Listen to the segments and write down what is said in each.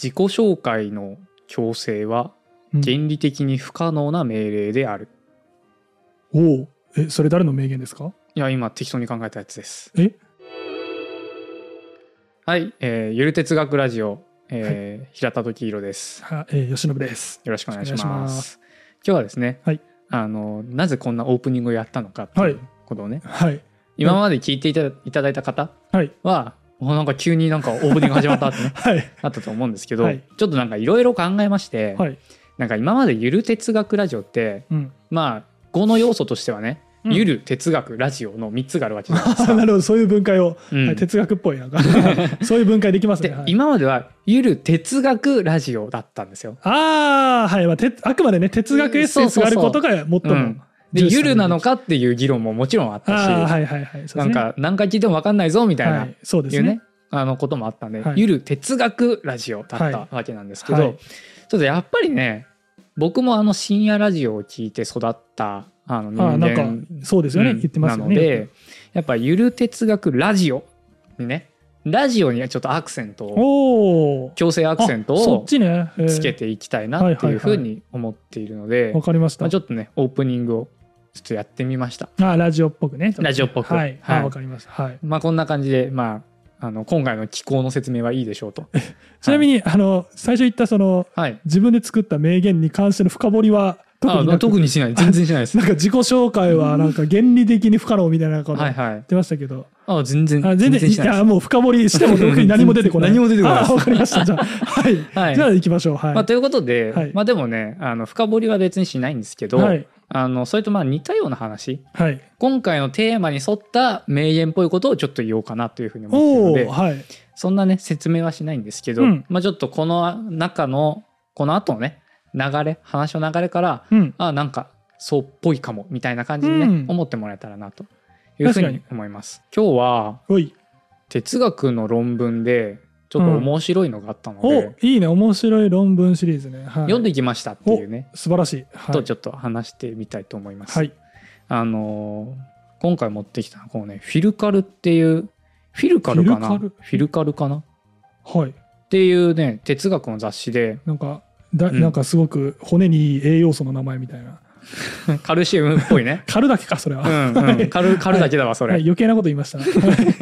自己紹介の強制はうん原理的に不可能な命令である。おおえそれ誰の名言ですかいや、今適当に考えたやつです。えはい、えーゆる哲学ラジオ、えー平田時宏です。は、えー、吉信ですよろしくお願いします。お願いします今日はですね、はいあの、なぜこんなオープニングをやったのかってはいいうことをね、はい今まで聞いていたいただいた方はい、は、おなんか急になんかオープニング始まったってね はいあったと思うんですけど、はいちょっとなんかいろいろ考えまして、はいなんか今までゆる哲学ラジオって、 うんまあ、語の要素としてはね、うんゆる哲学ラジオの3つがあるわけじゃないですあ か。なるほどそういう分解を、うんはい、哲学っぽいなんか そういう分解できますね、ではい、今まではゆる哲学ラジオだったんですよ。ああはい、まあ、てあくまでね哲学エッセンスがあることが最も、うんでゆるなのかっていう議論ももちろんあったし、ああはいはいはい、そうですねなんか何回聞いても分かんないぞみたいな、はい、そうでいすうねねあのこともあったんで、はいゆる哲学ラジオだはっいたわけなんですけど、はいちょっとやっぱりね僕もあの深夜ラジオを聞いて育ったあの人ああなん間かそうですよね、うん言ってますよねなのでやっぱゆる哲学ラジオにねラジオにはちょっとアクセントをおお強制アクセントそっをちね、えーつけていきたいなってはいはいいうはいふうに思っているので、わかりました、まあ、ちょっとねオープニングをちょっとやってみました。ああラジオっぽくねラジオっぽくはいはいあわかりました、はい、まあこんな感じで、まあ、あの今回の機構の説明はいいでしょうと。ちなみに、あの最初言ったそのはい、自分で作った名言に関しての深掘りは特あにまなあく特に しない全然しないですなんか自己紹介はなんか原理的に不可能みたいなことは言いはいってましたけど、あ全然あ全然しいないですやもう深掘りしても特に何も出てこない何も出てこないですあわかりまし たじゃあはい、はいじゃあ行きましょうはい、まあ、ということで、はいまあでもねあの深掘りは別にしないんですけど、はいあのそれとまあ似たような話はい今回のテーマに沿った名言っぽいことをちょっと言おうかなというふうに思おっおてるのではいそんなね説明はしないんですけど、うんまあちょっとこの中のこの後のね流れ話の流れからうんあなんかそうっぽいかもみたいな感じにね、うん思ってもらえたらなというふうに思います。今日はおい哲学の論文でちょっと面白いのがあったので、おいいね面白い論文シリーズね、はい、読んできましたっていうね、素晴らしい、はい、とちょっと話してみたいと思います。はいあのー今回持ってきたのはこのねフィルカルっていうフィルカルかなフフィィルルカルカルかなっはいていうね哲学の雑誌で なんかだ、うんなんかすごく骨にいい栄養素の名前みたいなカルシウムっぽい ね。カルだけかそれは、うんはうん、いカルカルだけだわそれ、はい、余計なこと言い ました、はい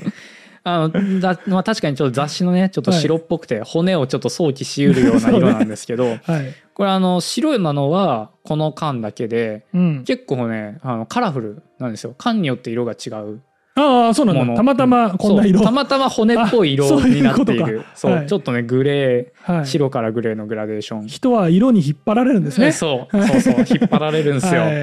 あのだまあ、確かにちょっと雑誌のねちょっと白っぽくて、骨をちょっと想起しうるような色なんですけど、 はいこれあの白いなのはこの缶だけでうん、結構ねあのカラフルなんですよ缶によって色が違うああそうなもんだのたまたまこんな色、そうたまたま骨っぽいあ色そういうになっていことるそうはいちょっとねグレはーい、白からグレーのグラデーション、人は色に引っ張られるんですね。そうそうそう引っ張られるんですよ、はい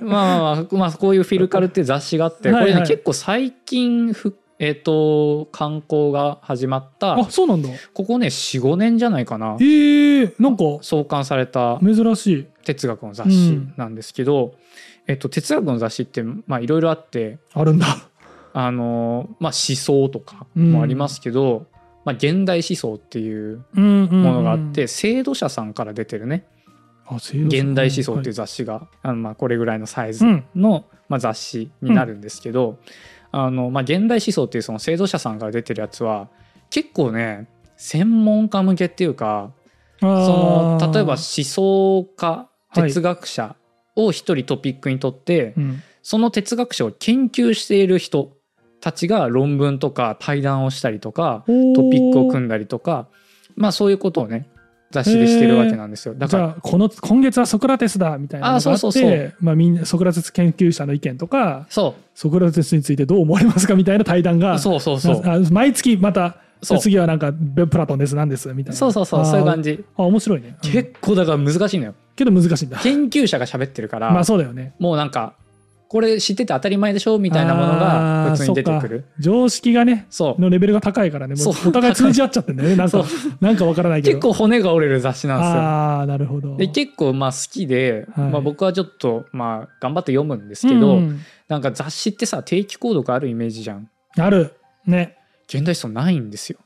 まあまあまあ、まあ、こういうフィルカルって雑誌があってこはいれね、はい結構最近ふえっ、と観光が始まったあそうなんだ。ここね45年じゃないかなえー、なんか創刊された珍しい。哲学の雑誌なんですけど、えっと、哲学の雑誌ってまあいろいろあってあるんだ。 あの、まあ、思想とかもありますけど、まあ、現代思想っていううんうん、ものがあって、。制度者さんから出てるねあ「西洋現代思想」っていうう。雑誌が、あのまあ、これぐらいのサイズはいうん。の、まあ、雑誌になるんですけど、あのまあ、現代思想っていうその制度者さんから出てるやつは結構ね専門家向けっていうかそその例えば思想家哲学者を一人トピックにとって、うん、その哲学者を研究している人たちが論文とか対談をしたりとかトトピックをん組んだりとかまあそういうことをね雑誌でしてるわけなんですよだだかからじらゃあこの今月はソクラテスだみたいなのがあってあそうそうそうまあ、みんなソクラテス研究者の意見とかそソクラテスについてどう思われますかみたいな対談がうそうそうそうあ毎月またそう次はなんかベプラトンですなんですみたいなそうそうそうあーそういう感じあ面白いね、うん結構だから難しいのよけど難しいんだ研究者が喋ってるからまあそうだよねもうなんかこれ知ってて当たり前でしょみたいなものが普通に出てくあるーそっか常識がねそうのレベルが高いからねもうそうお互い通じ合っちゃってんだ よねなんそかうなんかわからないけど結構骨が折れる雑誌なんですよああなるほどで結構まあ好きで、はいまあ、僕はちょっとまあ頑張って読むんですけど、うんなんか雑誌ってさ定期購読あるイメージじゃんあるね現代思想ないんですよ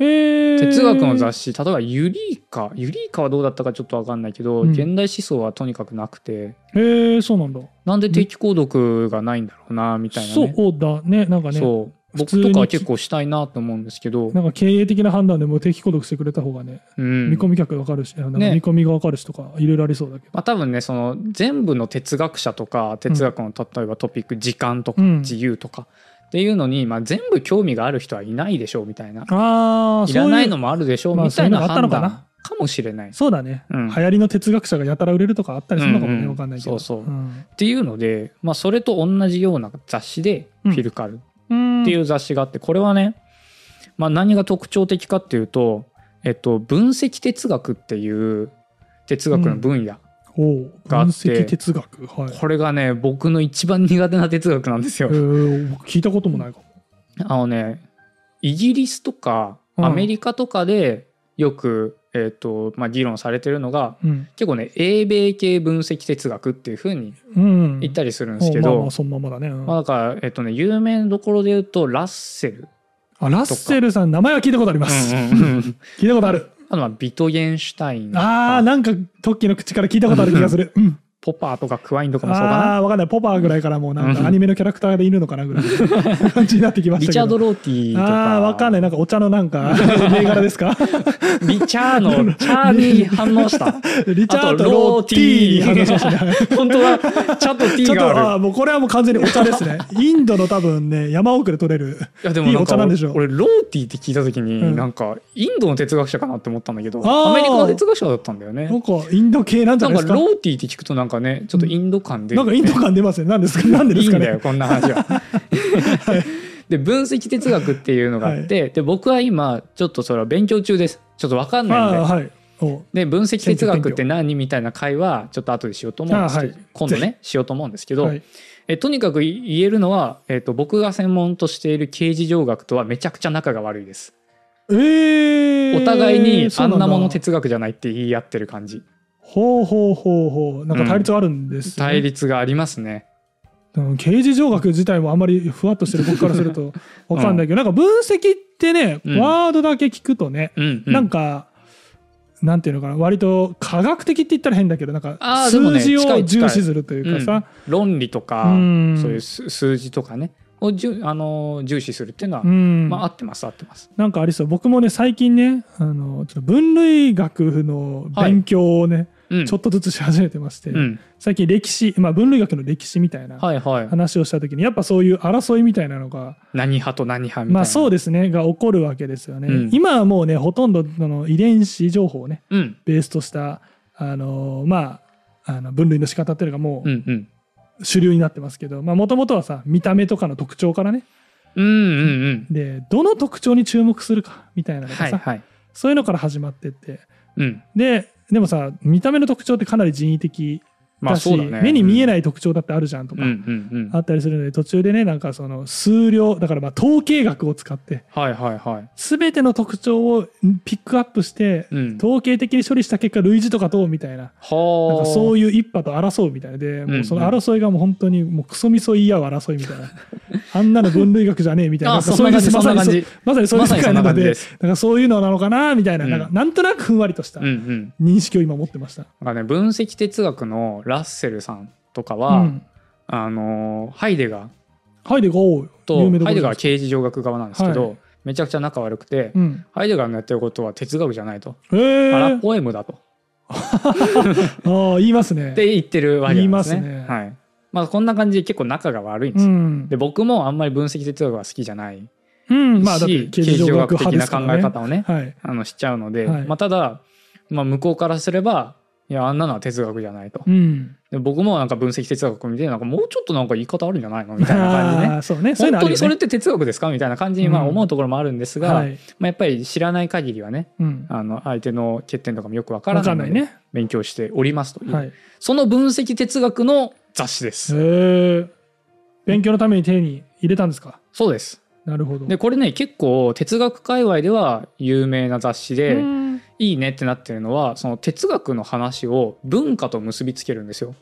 えー、哲学の雑誌誌例えばユリーカユリーカはどうだったかちょっと分かんないけど、うん現代思想はとにかくなくてえー、そうなんだなんで定期購読がないんだろうなみたいなそねうだねなんかねそう僕とかは結構したいなと思うんですけど、なんか経営的な判断でも定期購読してくれた方がね、うん見込み客わかるし、あなんかね見込みがわかるしとか、いろいろありそうだけど。まあ、多分ねその全部の哲学者とか哲学の例えばトピック、時間とかうん自由とかっていうのに、まあ、全部興味がある人はいないでしょうみたいなああ、いらないのも。もあるでしょうまあみたいなそういうのがあ判ったのか断なかもしれないっそうだね、うん流行りの哲学者がやたら売れるとかあったりするのかもうんね、うんわかんないけど。そうそうんていうので、まあ、それと同じような雑誌で「うフんィルカル」っうんていう雑誌があってこれはね、まあ、何が特徴的かっていうと、えっと、分析哲学っていう哲学の分野、おうがあ分って析哲学はい、これがね僕の一番苦手な哲学なんですえよ。ー僕聞いたこともないかもあのねイギリスとかうんアメリカとかでよく、えーとまあ、議論されてるのがうん、結構ね英米系分析哲学っていうふうにうん、言ったりするんんですけまあど、まあそのままだね、うんまあ、だから、えっとね、有名どころで言うとラッセル、あラッセルさん名前は聞いたことあります、聞いたことある あとはビトゲンシュタインとかあーなんかトッキーの口から聞いたことある気がする、 うん、ポパーとかクワインとかもそうかなあーわかんないポパーぐらいからもうなんうんかアニメのキャラクターでいるのかなぐらいの感じになってきましリたけどチャード・ローティーとかあーわかんないなんかお茶のな んか銘柄ですかリチャーのチャーに反応したリ チャーあとド・ロローーテティーィー話しましたね本当はチャ と T ちょっとがああるーもうこれはもう完全にお茶で すねインドの多分ね山奥で取れるいやでもなんいいおか茶なんでしょう俺ローティーって聞いた時に、うんなんかインドの哲学者かなって思ったんだけどあーアメリカの哲学者だったんだよねなんかインド系なんじなゃんないかですかローティーって聞くとなんかねちょっとインド感で、なんかインド感出ますねなんですかなんででいいすんかだよねこんな話 は。 で分析哲学っていうのがあって、で僕は今ちょっとそれは勉強中ですちょっと分かんあないんであはいおで分析哲学って何みたいな会はちょっと後でしようと思うんですけど、あはい今度ねしようと思うんですけど、はいえとにかく言えるのは、えっと僕が専門としている刑事上学とはめちゃくちゃ仲が悪いです。えーお互いにそあうんなものだ哲学じゃないって言い合ってる感じほうほうほうほうなんか対立あるんです、ね対立がありますね。うん刑事上学自体もあんまりふわっとしてる僕からするとわかんないけど、なんか分析ってねうんワードだけ聞くとね、うん、うなんかなんていうのかな割と科学的って言ったら変だけどなんかあーでもね数字近をい近い重視するというかさ、論理とか、うんそういう数数字とかねをじゅあのー重視するっていうのは、うんまあ合ってます合ってます。なんかありそう僕もね最近ねあのちょっと分類学の勉強をね、うん、ちょっとずつし始めてまして、うん、最近歴史、まあ、分類学の歴史みたいなはいはい話をした時にやっぱそういう争いみたいなのが何派と何派みたいな。まあそうですねが起こるわけですよね、うん今はもうねほとんどその遺伝子情報をねうんベースとしたあのまああの分類の仕方っていうのがもうんうんう主流になってますけどもともとはさ見た目とかの特徴からねうんうんうんでどの特徴に注目するかみたいなのがさ、はいはい。そういうのから始まってってうん。ででもさ見た目の特徴ってかなり人為的まあだし、そうだね。目に見えいない特徴だってあるじゃんとうんか、うんうん。あったりするので途中でねなんかその数量だからまあ統計学を使ってはいはいはい。全ての特徴をピックアップしてうん。統計的に処理した結果類似とかどうみたいな。はあ。なんかそういう一派と争うみたいで、もうその争いがもう本当にもうクソみそ言い合う争いみたいな、あんなの分類学じゃねえみたいな、あなんかそんな感じまさにそんな感じまさそまさにそういう世にそんな界なの感じでで、す。なんかそういうのなのかなみたいな、うんなんかなんとなくふんわりとしたうんうん。認識を今持ってました。なんかね分析哲学のラッセルさんとかうは、んあのーハイデガーハイデガーと有名どハこイデガーろではす刑事上学側なんですけど、はめちゃくちゃ仲悪くて、うん。ハイデガーのやってることは哲学じゃないと、ええアラー、ポエムだとああ言いますねっ。て言ってるわけなんですね。言いますねはい。まあこんな感じで結構仲が悪いんでうすよ。んで、僕もあんまり分析哲学が好きじゃないし、うん、まあだって形形状状学学的派でなすか考ら、えね、方をね、はい。あのしちゃうので、はいまあ、ただ、まあ、向こうからすればいやあんなのは哲学じゃないと、うん。で僕もなんか分析哲学を見てなんかもうちょっとなんか言い方あるんじゃないのみたいな感じあねーそう ね。そうい本うのあ当るによそれねっ。て哲学ですかみたいな感じにまあうん思うところもあるんですが、はい。まあ、やっぱり知らない限りはねうん。あの相手の欠点とかもよくわからわなかいんのないでね。勉強しておりますという、はい。へその分析哲学の雑誌です、え。勉強のために手に入れたんですか。そうですなるほど。でこれね結構哲学界隈では有名な雑誌で、うんいいねってなってるのはその哲学の話を文化と結びつけるんですよ。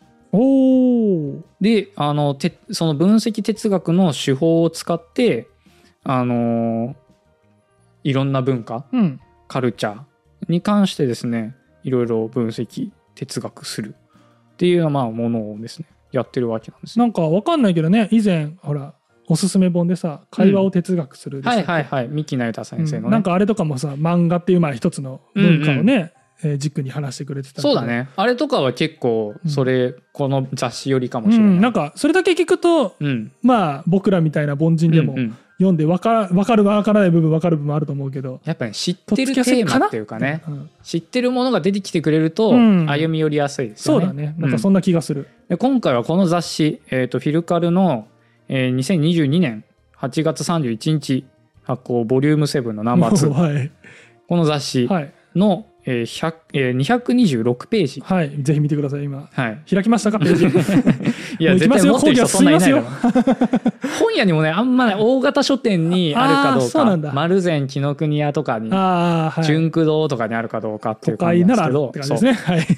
おお。であのてその分析哲学の手法を使ってあのーいろんな文化うん。カルチャーに関してですねいろいろ分析哲学するっていうようなまあものをですねやってるわけなんですね。なんかわかんないけどね。以前ほらおすすめ本でさ会話を哲学するでさはいはいはい三木那由他先生のね、うんなんかあれとかもさ漫画っていうまあ一つの文化をね、えー軸に話してくれてたけどそうだねあれとかは結構それ、この雑誌よりかもうしれない、んなんかそれだけ聞くとうんまあ僕らみたいな凡人でもうんうん読んでわかわかるわからない部分わかる部分あると思うけどやっぱね知ってるテーマっていうかね、うん知ってるものが出てきてくれるとうん歩み寄りやすいですよそうね。だねなんかそんな気がする、で今回はこの雑誌、えーとフィルカルの、えー2022年8月31日発行ボリューム7のナンバーもう2 はいこの雑誌はい、の、えー100えー226ページ。はい、ぜひ見てください今はい、開きま したかページいやもう行き絶ま対すよ持ってる人そんないないだろう講 本屋にもねあんまね大型書店にあるかあどーうそうかなんだ丸善紀ノ国屋とかにああはい純駆堂とかにあるかどうかってい都う感じ会ななんですらけどって感じですねはい、そう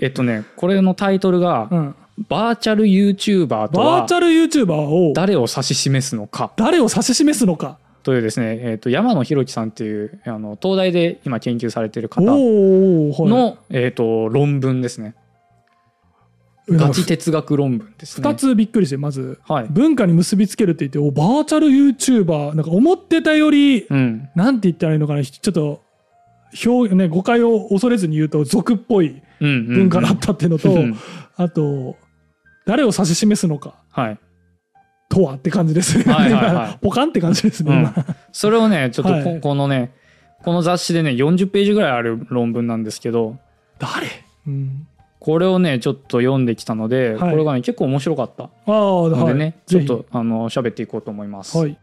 えっとねこれのタイトルが、うん、バーチャル YouTuber とバーはチャル YouTuber を誰を指し示すのか誰を指し示すのかというですね、えー、と山野博樹さんっていうあの東大で今研究されてる方の、おーはいえー、と論文ですねなんガかチ哲学論文ですね。二つびっくりしてまずはい文化に結びつけるって言っておバーチャル YouTuber なんか思ってたより、うん、なんて言ったらいいのかなひちょっと表、ね、誤解を恐れずに言うと俗っぽいうんうんうん文化だったっていうのと、うんあと誰を指し示すのかはい、とはって感じですね、はいはいはい ポカンって感じですね、うん今それをねちょっとこ,、はいこのねこの雑誌でね40ページぐらいある論文なんですけど誰、うん、これをねちょっと読んできたので、はいこれがね結構面白かったああのはでいね、ちょぜっひとあの喋っていこうと思います、はい、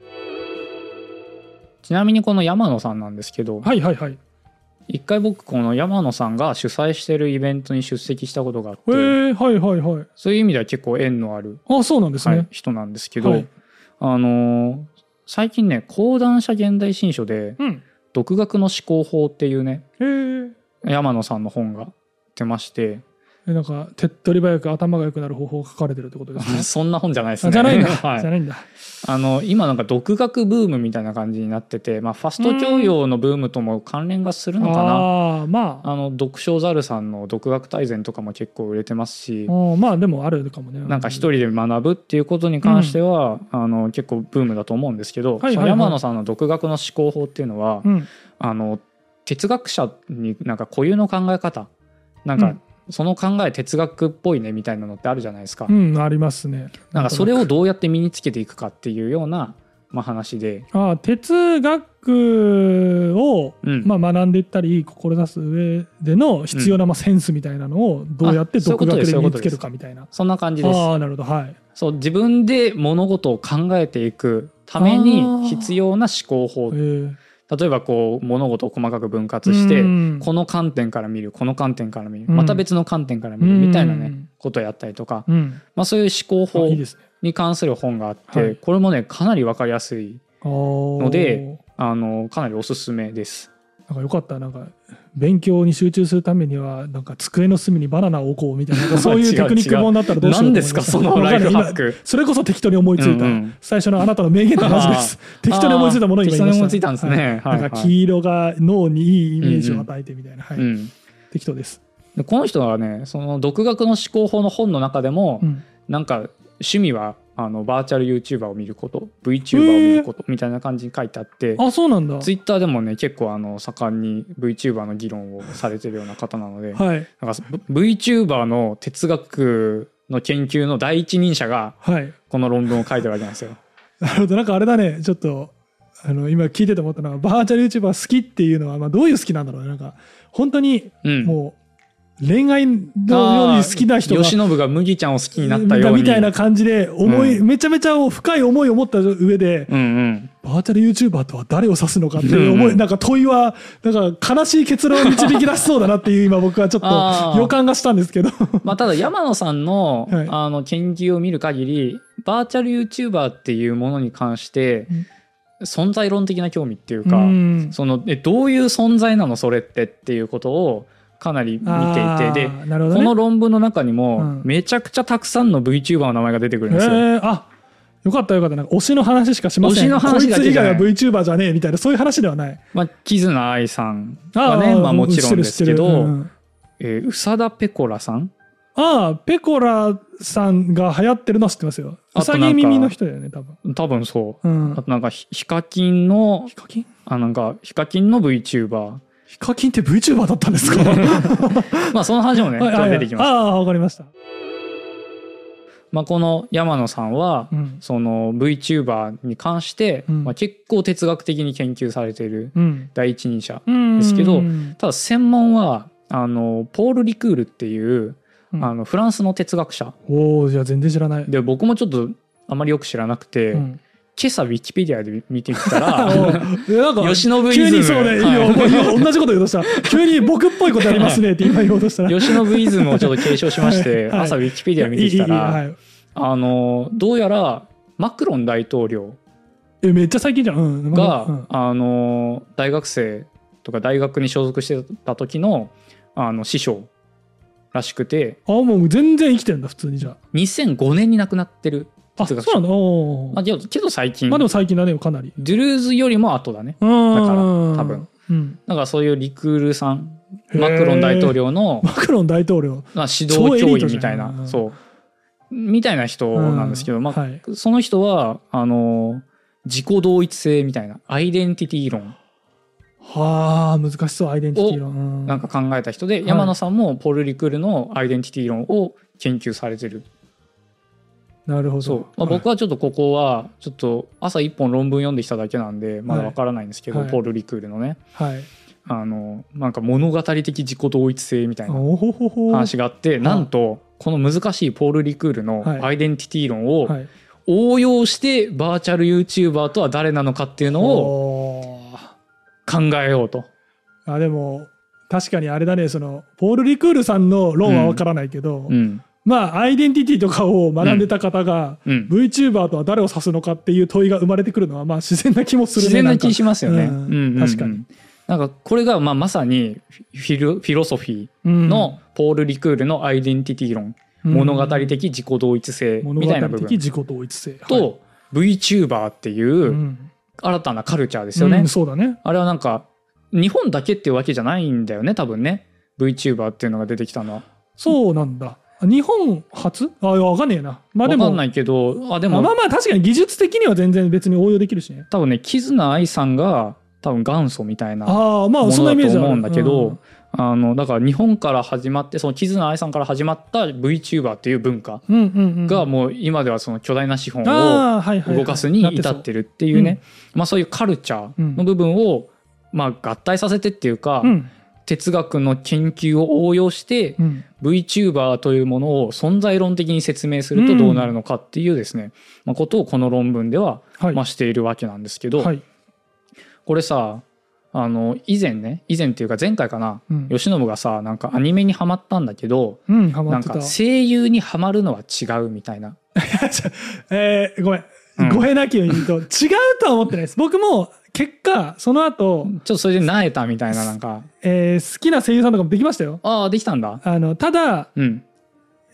ちなみにこの山野さんなんですけど、はいはいはいへ一回僕この山野さんが主催してるイベントに出席したことがあっえてはいはいはいそういう意味では結構縁のある、あそうなんですはいね、人なんですけど、はいあのー最近ね講談社現代新書でうん「独学の思考法」っていうねへえ山野さんの本が出まして えなんか手っ取り早く頭が良くなる方法が書かれてるってこ とですねそんな本じゃないですあね。じゃないんだ、 はじゃい、ないんだあの今なんか独学ブームみたいな感じになってて、まあ、ファスト教養のブームとも関連がするのかな。ああまああの読書ザルさんの独学大全とかも結構売れてますし、うんまあでもあるかもねなんか一人で学ぶっていうことに関しては、あの結構ブームだと思うんですけど、はいはいはいその山野さんの独学の思考法っていうのは、うんあの哲学者になんか固有の考え方なんうかんその考え哲学っぽいねみたいなのってあるじゃないですか、うんありますねなんかそれををどうやって身につけていくかっていうような、まあ、話で、ああ哲学をうんまあ学んでいったり志す上での必要なまあセンスみたいなのをどうやってあそういうこ独とです学でそういう身こにとつでけするかみたいなそんな感じですああなるほどはいそう自分で物事を考えていくために必要な思考法えー例えばこう物事を細かく分割して、うんこの観点から見るこの観点から見るうんまた別の観点から見るみたいなね、うんことやったりとか、うんまあ、そういう思考あ法いいですねに関する本があって、はいこれもねかなり分かりやすいのであのかなりおすすめです。なんかよかったなんか勉強に集中するためめにはなんか机の隅にバナナを置こうみたいななんかそうい 違ううテクニック本だったらどうしよう何でと思いますしたかそのライフハック。それこそ適当に思いついた、うんうん最初のあなたの名言の話です適当に思いついたものを今適言当いまにした思いついたんですね。ははいいはなんかい黄色が脳にいいイメージを与えてみたいな、うはい、ん、適当です、でこの人はねその独学の思考法の本の中でも、うんなんか趣味はあのバーチャル YouTuber を見ること VTuber を見ることみたいな感じに書いてあって、あそうなんだツイッターでもね結構あの盛んに VTuber の議論をされてるような方なので、はいなんか VTuber の哲学の研究の第一人者がはいこの論文を書いてるわけなんです よ。なるほどなんかあれだねちょっとあの今聞いてて思ったのはバーチャル YouTuber 好きっていうのは、まあ、どういう好きなんだろうねなんか本当にうん、もう恋愛のように好きな人が吉信が麦ちゃんを好きになったようにみたいな感じで思い、うめちゃめちゃ深い思いを持った上で、うんうんバーチャル YouTuber とは誰を指すのかっていう思い、うんうんなんか問いはなんか悲しい結論を導き出しそうだなっていう今僕はちょっ あとー予感がしたんですけどまあ、ただ山野さんの,、 はいあの研究を見る限りバーチャル YouTuber っていうものに関して存在論的な興味っていうか、うんそのえどういう存在なのそれってっていうことをかなり見あていーてで、なるほどこねの論文の中にも、うんめちゃくちゃたくさんの VTuber の名前が出てくるんですよ。えーあよかったよかったなんか推しの話しかしません推しの話だこいけつ以じゃな外いは VTuber じゃねえみたいなそういう話ではないまあ、キズナアイさんがねーまあ、もちろんですけ知ってる知ってるどうんえー宇佐田ペコラさんああ、ペコラさんが流行ってるのは知ってますよ。うあとさなんかぎ耳の人だよね、多分。多分そうう。んあ。となんかヒヒカキンのヒカキンあなんかヒカキンの VTuber ヒカキンって VTuber だったんで すかまあその話もねちょっと出てきます。ああ、わかりました。まあ、この山野さんは、うん。その VTuber に関して、うんまあ、結構哲学的に研究されているうん。第一人者うんですけどうんただ専門はあのポール・リクールっていう、あのフランスの哲学者おお、じゃあ全然知らない。で僕もちょっとあまりよく知らなくて、うん今朝ウィキペディアで見てきた おらーでなんか 吉野イ急ズムにそうね、いいはいよ僕同じこと言 おうとした。急に僕っぽいことやりますねって今言おうとしたら。吉野イズムをちょっと継承しまして、はいはい朝ウィキペディア見てきたらいいいいはいあのどうやらマクロン大統領えめっちゃ最近じゃん。うん、が、うんあの大学生とか大学に所属してた時のあの師匠らしくてあもう全然生きてるんだ普通にじゃ2005年に亡くなってるあ。あ哲そう学者なの。おーまあ、けどけど最近、まあでも最近だねかなり。ドゥルーズよりも後だねだから多分。うん。だからそういうリクールさんへーマクロン大統。領の、マクロン大統領。まあ、指導超エリ教員ートじゃんみたいな、うんそうみたいな人なんですけど、うんまあはいその人はあの自己同一性みたいなアイデンティティ論はあ難しそうアイデンティティ論。なんかか考えた人で、い山野さんもポール・リクールのアイデンティティ論を研究されてる、なるほど。そうまあ、僕はちょっとここはちょっと朝一本論文読んできただけなんでまだわからないんですけど、はいポール・リクールのねはい。あのなんか物語的自己同一性みたいなおほほほ。話があっていなんとこの難しいポール・リクールはいのアイデンティティ論をはい。応用してバーチャル YouTuber とは誰なのかっていうのをおー考えようと。あでも確かにあれだねそのポール・リクールさんの論は分からないけど、うんまあアイデンティティとかを学んでた方が、うん VTuber とは誰を指すのかっていう問いが生まれてくるのはまあ自然な気もするね自然なんか気しますよね。うんうんうんうん確かに。なんかこれがまあまさにフィロフィロソフィーのポール・リクールのアイデンティティ論、うん物語的自己同一性物みたいな語部的分自己同一性と、はい VTuber っていううん新たなカルチャーですよね。うんそうだねあれはなんか日本だけっていうわけじゃないんだよね多分ね VTuber っていうのが出てきたのは。そうなんだ日本初あいや分かんねえなまあでわもかんないけどあであまもあまあ確かに技術的には全然別に応用できるしね多分ねキズナアイさんが多分元祖みたいなああまもあそんなイのメだーとジある思うんだけど、あのだから日本から始まってそのキズナアイさんから始まった VTuber っていう文化うんうんうんうん、がもう今ではその巨大な資本をあーはいはいはい動かすに至ってるっていうなっねまあそういうカルチャーの部分をまあ合体させてっていうかうん哲学の研究を応用してうん VTuber というものを存在論的に説明するとどうなるのかっていうですねまあことをこの論文でははい、まあしているわけなんですけどはいこれさあの以前ね以前っていうか前回かなうん吉信がさなんかアニメにハマったんだけどうん、ハマなっんてかた。声優にはまるのは違うみたいな。えーごめんうん。語弊なきように 言うと、違うとは思ってないです。僕も、結果、その後、ちょっとそれでなえたみたいななんかえー好きな声優さんとかもできましたよ。ああできたんだ。あの、ただ、うん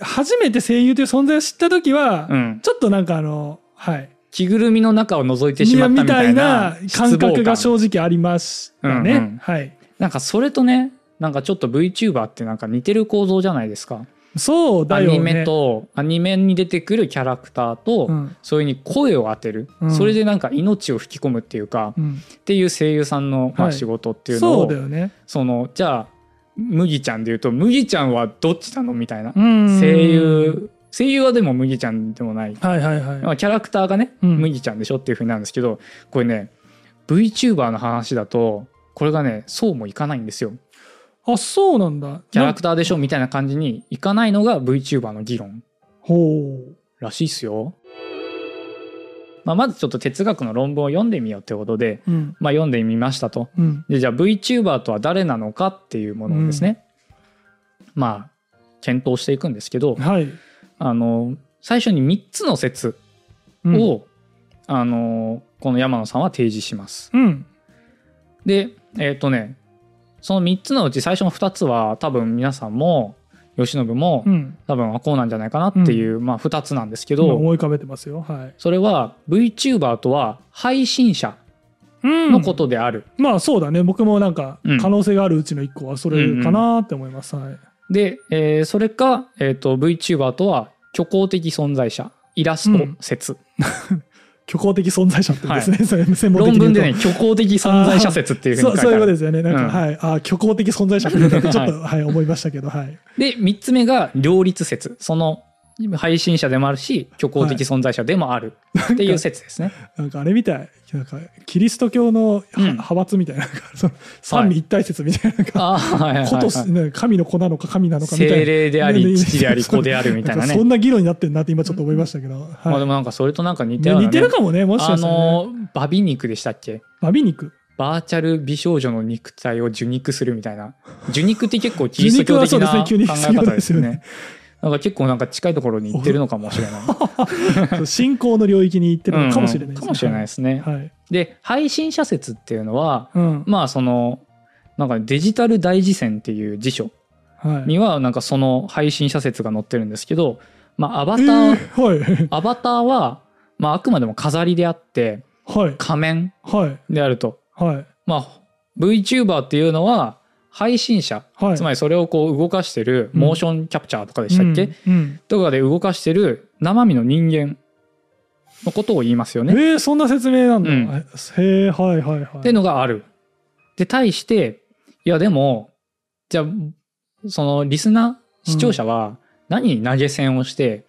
初めて声優という存在を知った時は、うん。ちょっとなんかあの、はい。着ぐるみの中を覗いてしまったみたいなみたいな感覚が失望正直ありましたね。うんうんはい。なんかそれとねなんかちょっと VTuber ってなんか似てる構造じゃないですか。そうアだよね。ニメとアニメに出てくるキャラクターと、うん、それに声を当てる、うんそれでなんか命を吹き込むっていうか、うん。っていう声優さんの、まはあ、い仕事っていうのを、そうだよね。そのじゃあ麦ちゃんで言うと麦ちゃんはどっちなのみたいな、うん声。優声優はでも麦ちゃんでもない、はいはいはい。まあ、キャラクターがね、うん麦ちゃんでしょっていうふうになるんですけどこれね VTuber の話だとこれがねそうもいかないんですよあ、そうなんだ。キャラなんクターでしょみたいな感じにいかないのが VTuber の議論ほう。らしいっすよ。まあ、まずちょっと哲学の論文を読んでみようってことで、うん。まあ、読んでみましたと。うん。でじゃあ VTuber とは誰なのかっていうものをですね、まあ検討していくんですけどはい。あの最初に3つの説うん、を、あのこの山野さんは提示します。うん。でえっ、とねその3つのうち最初の2つは多分皆さんも吉信もうん。多分あこうなんじゃないかなっていう、まあ、2つなんですけ今ど思い浮かべてますよ。はい。それは VTuber とは配信者ののことである、まあそうだね僕もなんかうん可能性があるうちの一個はそれかなって思います、はいで、えーそれか、えー、と VTuber とは虚構的存在者イラスト説、虚構的存在者ってですね、それ専門的論に言文うとでね虚構的存在者説っていうふうそにう書そいうていあうことでるすよねなんか、うんはいあー虚構的存在者って言う とちょっと、はい、思いましたけどはいで3つ目が両立説その配信者でもあるし虚構的存在者でもあるっていう説ですね、なんかあれみたいなんかキリスト教のはうん派閥みたいな、なん かその三位一体説みたいななんか、あーはいはいはいことすなんか神の子なのか神なのかみたいな精霊であねりね父であり子であるみたいななんねかそんな議論になってるなって今ちょっと思いましたけど、はいまあでもなんかそれとなんか似たねような、ね、似てるかもねもしかあしたら、ねのバビ肉でしたっけバ ビ肉バーチャル美少女の肉体を受肉するみたい な受肉って結構キリスト受肉教は的そうな考ですねえ方ですよキリねなんか結構なんか近いところに行ってるのかもしれない そう信仰の領域に行ってるのかもしれないうんでうんかすね、もしれないですね、はい、で配信者説っていうのはうんまあそのなんかデジタル大辞典っていう辞書はいにはなんかその配信者説が載ってるんですけど、まあ、アバター、えーアバターは、まあ、あくまでも飾りであってはいはい仮面はいであると、はいまあ、VTuber っていうのは配信者はいつまりそれをこう動かしてるうんモーションキャプチャーとかでしたっけ、うんうんとかで動かしてる生身の人間のことを言いますよね。っえーそんな説明なんだ、うんへえはいはいはいていうのがある。で対していやでもじゃあそのリスナー視聴者は何に投げ銭をして、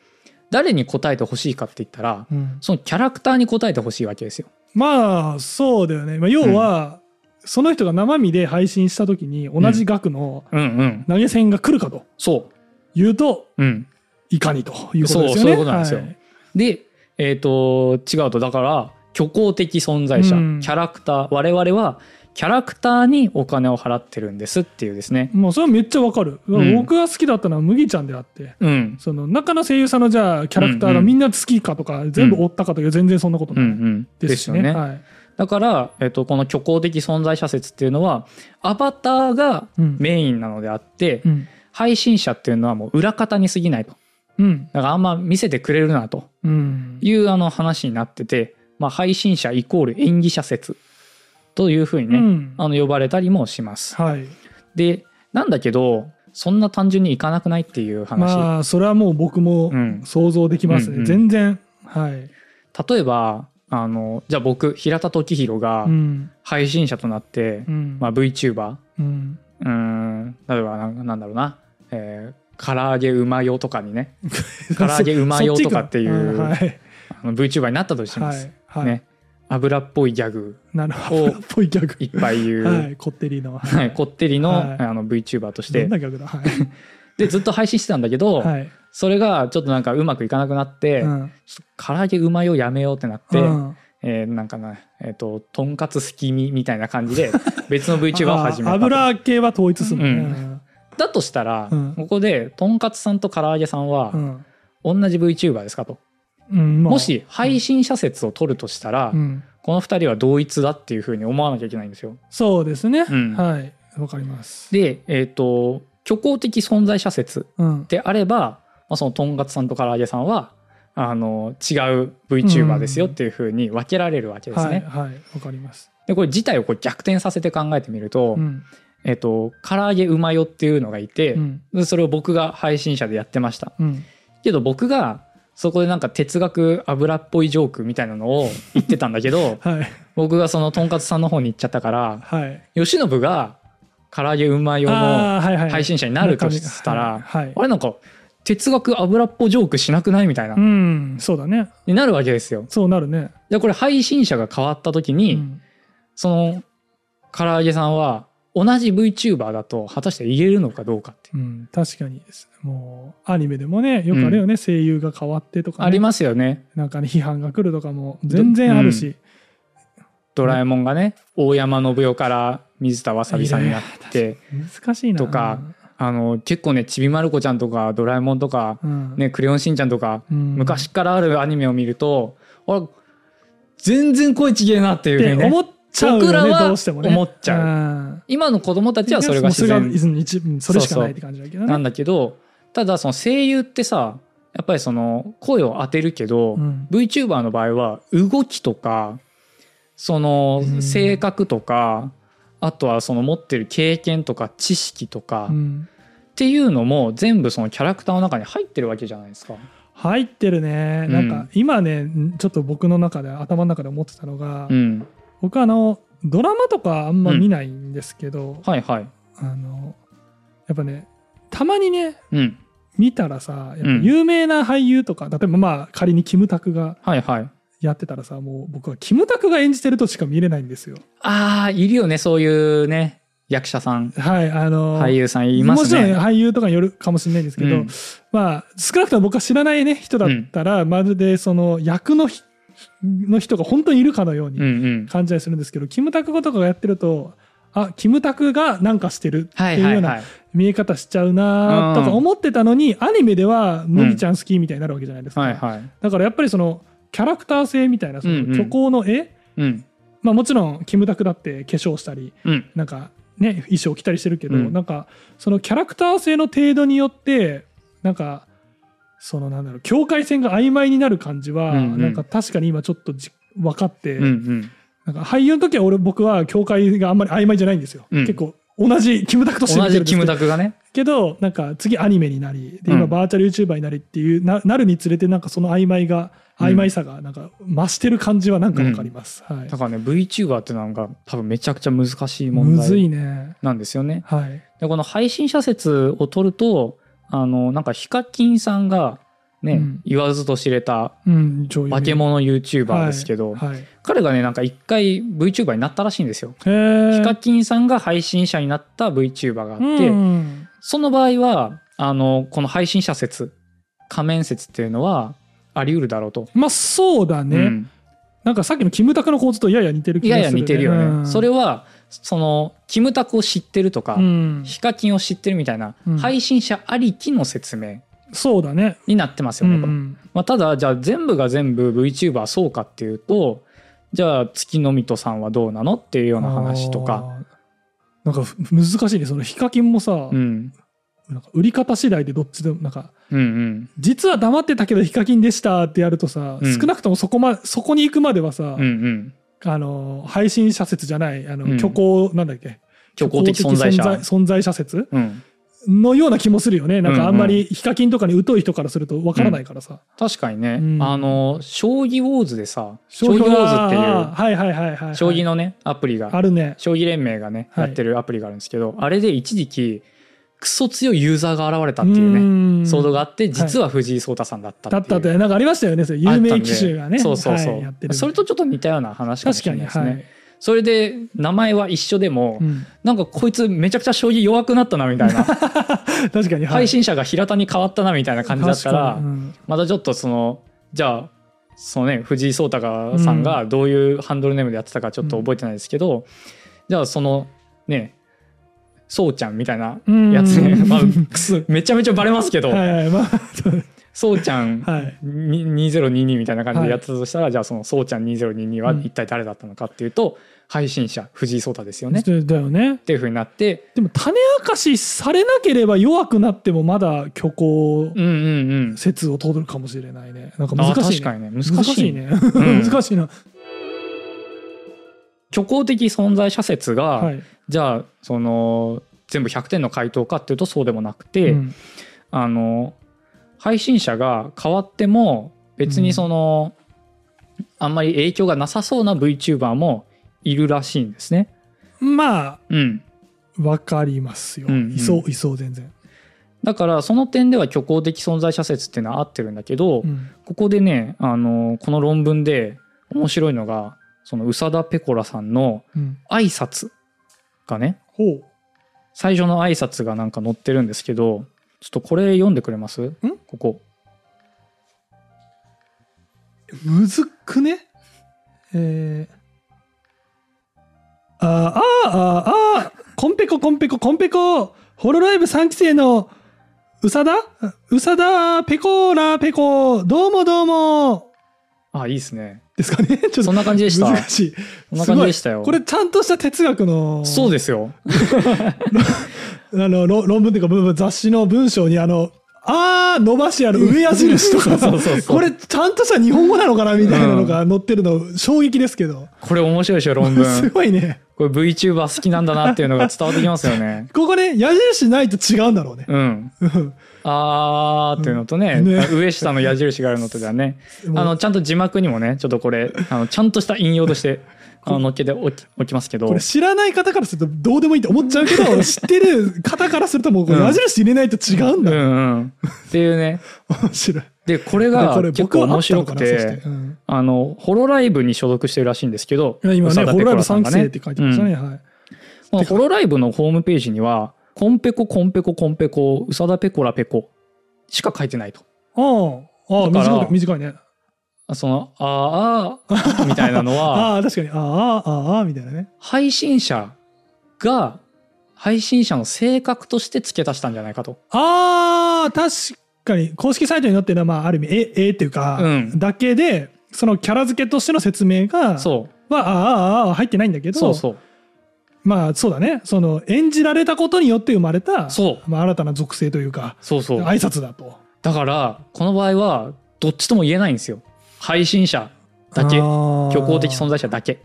誰に答えてほしいかって言ったらうんそのキャラクターに答えてほしいわけですよ。まあそうだよね、まあ、要は、その人が生身で配信した時に同じ額のうんうん。投げ銭が来るかとそいうと、う。うん。いかにということですよねそうそういうことなんですよはいで、えー、と違うとだから虚構的存在者、うんキャラクター我々はキャラクターにお金を払ってるんですっていうですねもうそれはめっちゃわかる、うん僕が好きだったのは麦ちゃんであってうんその中の声優さんのじゃあキャラクターうんがうんみんな好きかとか、全部追ったかという全然そんなことうんうないんでですすしよね,、ね、はいだから、えー、とこの虚構的存在者説っていうのはアバターがうんメインなのであって、うん配信者っていうのはもう裏方に過ぎないとうんだからあんま見せてくれるなとうんいうあの話になってて、まあ、配信者イコール演技者説というふうにね、うんあの呼ばれたりもします。はいでなんだけどそんな単純にいかなくないっていう話、まあそれはもう僕もうん想像できますうね、んうん全然はい、例えばあのじゃあ僕平田時宏がうん配信者となって、うんまあ、VTuber うん、うーん例えばなんなんだろうな、えー、唐揚げうまよとかにね唐揚げうまよとかっていうそっち行くあの VTuber になったとしのはまいはす、いはい、ね油っぽいギャグなるほどっぽいギャグいっぱい言う、はいこってりのはい こってりの,、はいあの VTuber としどてんなギャグだはいでずっと配信してたんだけど、はいそれがちょっとなんかうまくいかなくなって、うんちょっと唐揚げうまよやめようってなって、うんえーなんかな、えっ、と、とんかつすきみみたいな感じで、 別の VTuber を始めあた。油系は統一するのねだとしたら、うんここで、とんかつさんと唐揚げさんはう、ん同じ VTuber ですかと。うんまあもし、配信者説を取るとしたら、うんこの二人は同一だっていうふうに思わなきゃいけないんですよ。そうですねうんはいわかりますで、えっ、と、虚構的存在者説うんであれば、まあ、そのとんかつさんと唐揚げさんは、あの、違う VTuber ですよっていうふうに分けられるわけですね。はいはいわかりますで、これ自体をこう逆転させて考えてみると、うんえっと、唐揚げうまよっていうのがいてう、んでそれを僕が配信者でやってました。うんけど僕がそこでなんか哲学油っぽいジョークみたいなの を言ってたんだけどはい僕がそのとんかつさんの方に行っちゃったからはい吉信が唐揚げうまよのあーはいはい配信者になるとしたら、はいはいあれなんか哲学油っぽジョークしなくないみたいな、うんそうだねになるわけですよ。そうなるねでこれ配信者が変わった時に、うんその唐揚げさんは同じ VTuber だと果たして言えるのかどうかってうん、確かにです。もう、アニメでもね、よくあるよね、声優が変わってとか、ね、ありますよね。なんかね、批判が来るとかも全然あるし、ドラえもんがね、大山信代から水田わさびさんになって、難しいな。とか、あの、結構ね、ちびまる子ちゃんとか、ドラえもんとか、うん、ね、クレヨンしんちゃんとか、うん、昔からあるアニメを見ると、あれ全然声ちげえなっていうっふうにてね思っちゃう僕らよね、はどうしてもね。思っちゃううん今の子供たちはそれがもう自然それが一うんそれしかないって感じだけどね。なんだけど、ただその声優ってさ、やっぱりその声を当てるけど、うん、 VTuber の場合は動きとかそのうん性格とか、あとはその持ってる経験とか知識とか、うっんてっていうのも全部そのキャラクターの中に入ってるわけじゃないですか。入ってるねなんうかん今ねちょっと僕の中で頭の中で思ってたのが、うん。僕あのドラマとかあんま見ないんですけど、はいはい。あのやっぱねたまにねうん。見たらさやっぱうん有名な俳優とか、例えばまあ仮にキムタクがはいはい。やってたらさもう僕はキムタクが演じてるとしか見れないんですよ。ああ、いるよね、そういうね、役者さん、はいあの俳優さんいますもちろね。ん俳優とかによるかもしれないんですけど、うんまあ少なくとも僕は知らないね人だったら、まるでその役のひの人が本当にいるかのよううにんうん。感じたりするんですけど、キムタクとかがやってるとあキムタクがなんかしてるってはいいうはよういなはい。見え方しちゃうなとか思ってたのに、アニメでは麦ちゃん好きみたいになるわけじゃないですか、はいはい。だからやっぱりそのキャラクター性みたいなそうんうのん虚構の絵、うん。まあ、もちろんキムタクだって化粧したりうん。なんかね衣装着たりしてるけど、うんなんかそのキャラクター性の程度によってなんかそのなんだろう境界線が曖昧になる感じは、うんうんなんか確かに今ちょっとじ分かって、うんうん。なんか俳優の時は俺僕は境界があんまり曖昧じゃないんですよ、うん結構同じキムタクとして見同てるじんでキムすけどタクがね。けどなんか次アニメになりで今うんバーチャル YouTuber になりっていうななるにつれてなんかその曖昧がうん曖昧さがなんか増してる感じはなんか分かります、はいだからね、VTuber ってなんか多分めちゃくちゃ難しい問むず題いねなんですよね。はいで、この配信者説を取ると、あの、なんかヒカキンさんがね、うん言わずと知れたうん女優化け物 YouTuber ですけど、はいはい彼がね、なんか一回 VTuber になったらしいんですよ。へーヒカキンさんが配信者になった VTuber があって、うんその場合は、あの、この配信者説、仮面説っていうのはあり得るだろうと。まあそうだね、うんなんかさっきのキムタクの構図とやや似てる気いがやすいる、や似てるよね。それを、は、その、キムタクを知ってるとか、うんヒカキンを知ってるみたいな、うん配信者ありきの説明そうだね、になってますうよね。んうこれんまあ、ただ、じゃあ全部が全部 VTuber そうかっていうと、じゃあ月のみとさんはどうなのっていうような話とか。あーなんかふ難しいねそのヒカキンもさ、うん。なんか売り方次第でどっちでもなんかうんうん。実は黙ってたけどヒカキンでしたってやるとさ、うん少なくともそこ,、ま、そこに行くまではさ、うんうん。あの配信者説じゃないあの、うん虚構なんだっけ虚構的存在者。虚構的存在存在者説うん。のような気もするよねなんかあんまうんりヒカキンとかに疎い人からするとわからないからさ、確かにね、うんあの、将棋ウォーズでさ、将将棋棋ウォーズはっはいはいはいはていい。う、将棋の。のね、アプリが、あるね。将棋連盟がね、はいやってるアプリがあるんですけど、あれで一時期、クソ強いユーザーが現れたっていうね、ね騒動があって、い実は藤井聡太さんだったってだいう。ったって、なんかありましたよね。そういうあ有った名んで機種がね。そうそうそう、はいやってる。それとちょっと似たような話かも確しれかないに、ですはね。い。それで、名前は一緒でも、うんなんかこいつめちゃくちゃ将棋弱くなったなみた いな、確かに、はい配信者が平田に変わったなみたいな感じだったら確か、にうんまたちょっとそのじゃあそのね藤井聡太がさんがどういうハンドルネームでやってたかちょっと覚えてないですけど、じゃあそのねそうちゃんみたいなうんやつね、 まあ、くすめちゃめちゃバレますけど、はいはい、まあ、そうちゃん、はい。に2022みたいな感じでやってたとしたら、じゃあそのそうちゃん2022は一体誰だったのかっていうと、配信者藤井聡太ですよねっだよね。ていうふうになってでも、種明かしされなければ弱くなっても、まだ虚構うんうんうん説を通るかもしれないね。なんかあ難しい、確かね。にね難しいねね。うん 難しいな。虚構的存在者説が、はい。じゃあその全部100点の回答かっていうとそうでもなくて、うんあの配信者が変わっても別にその、あんまり影響がなさそうな VTuber もいるらしいんですね。まあ、うん、わかりますよ。うんうんいそう、いそう、全然。だからその点では虚構的存在者説っていうのは合ってるんだけど、うんここでねあのこの論文で面白いのがその宇佐田ペコラさんのうん挨拶がねほう。最初の挨拶がなんか載ってるんですけどちょっとこれ読んでくれますここむずっくねえー、あーあーあーあーコンペココンペココンペコホロライブ3期生のうさだうさだペコラペコどうもどうもあいいです ねですかねちょっそとんな感じで した難しいそんな感じでしたよこれちゃんとした哲学のそうですよあのろ論文というか文文雑誌の文章にあのあー伸ばしてある上矢印と かそうそうそうこれちゃんとした日本語なのかなみたいなのが載ってるの衝撃ですけど、これ面白いでしょ、論す文。ごいねこれ VTuber 好きなんだなっていうのが伝わってきますよね。ここね矢印ないと違うんだろうねうん。うんあーっていうのとね、うんね上下の矢印があるのとではね、あの、ちゃんと字幕にもね、ちょっとこ れ、あのちゃんとした引用として、あの、乗っけておきおきますけどこれ、知らない方からするとどうでもいいって思っちゃうけど知ってる方からするともうこれうん矢印入れないと違うんうだ、んうん。っていうね。面白いで、これでがこれ結僕構はあ面ったの白かくなて、そしてうんあの、ホロライブに所属してるらしいんですけど、いや今宇ね佐田ホペロライコブラさん3が期生って書いてましたね、はいまあホロライブのホームページには、コンペココンペココンペコ、宇佐田ペコラペコしか書いてないと。ああああだから短い短いねあその、あーあー、みたいなのは、 ああ確かにああああああみたいなね配信者が、配信者の性格として付け足したんじゃないかと。ああ確かに公式サイトに載ってるのは、まあ、ある意味絵絵っていうか、うんだけでそのキャラ付けとしての説明がそはああああ入ってないんだけう、どそうそう。まあそうだねその演じられたことによって生まれたそうまあ、新たな属性というかそうそう。挨拶だとだから、この場合は、どっちとも言えないんですよ。配信者だけ、虚虚構的存在者だけ。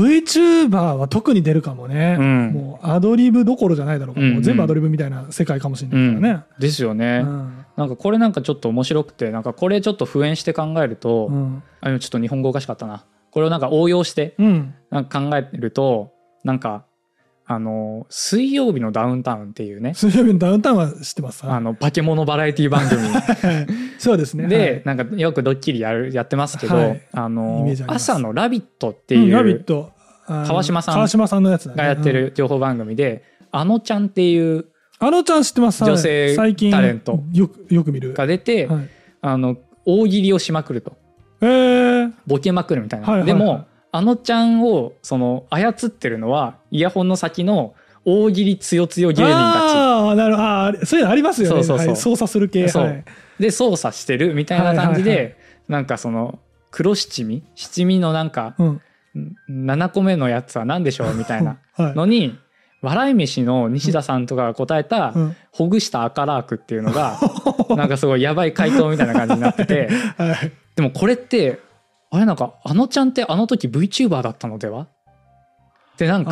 VTuber は特に出るかもね、うんもうアドリブどころじゃないだろうから、うんうんもう全部アドリブみたいな世界かもしれないからね、ですよね。うんなんかこれなんかちょっと面白くて、なんかこれちょっと普遍して考えると、うんあでもちょっと日本語おかしかったな。これをなんか応用してうんなんか考えると、なんか、あの、水曜日のダウンタウンっていうね、水曜日のダウンタウンは知ってますあの、化け物バラエティ番 組そうですねで、なんかよくドッキリやるやってますけど、はいあイメのージあります朝の「ラビット!」ってうんいラビッうト」あの川島さん川島さんのやつだねがやってる情報番組で、あのちゃんっていううんあのちゃん知ってます女性最近タレントよくよく見る、が出て、はいあの大喜利をしまくるとえー、ボケまくるみたいな、はいはいではいもあのちゃんをその操ってるのはイヤホンの先の大喜利強強芸人たああなるほどあーそういうのありますよねそうそうそうはい、操作する系そうはいちで操作してるみたいな感じで、はいはなんかその黒七味七味のなんかうん7個目のやつは何でしょうみたいなはいのに笑い飯の西田さんとかが答えたうん「ほぐした赤ラーク」っていうのが なんかすごいやばい回答みたいな感じになっててはい、でもこれってあれなんかあのちゃんってあの時 VTuber だったのではってなんあか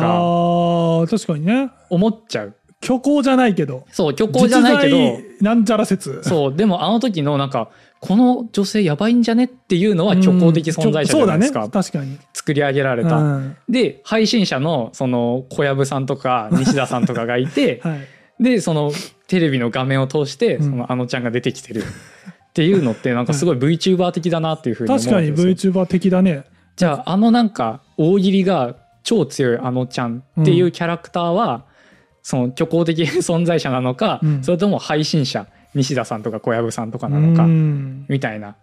ー確かにね思っちゃう虚構じゃないけどそう虚構じゃないけど実在なんちゃら説そうでもあの時のなんかこの女性やばいんじゃねっていうのは虚構的存在者じゃないですうかんそうだね作り上げられ確かに、た。うんで配信者のその小籔さんとか西田さんとかがいて。はい、でそのテレビの画面を通してうんそのあのちゃんが出てきてるっていうのってなんかすごい VTuber 的だなっていうふうに思うん確かにですよ VTuber 的だねじゃああのなんか大喜利が超強いあのちゃんっていうキャラクターは、その虚構的存在者なのか、うんそれとも配信者西田さんとか小籔さんとかなのか、うんみたいな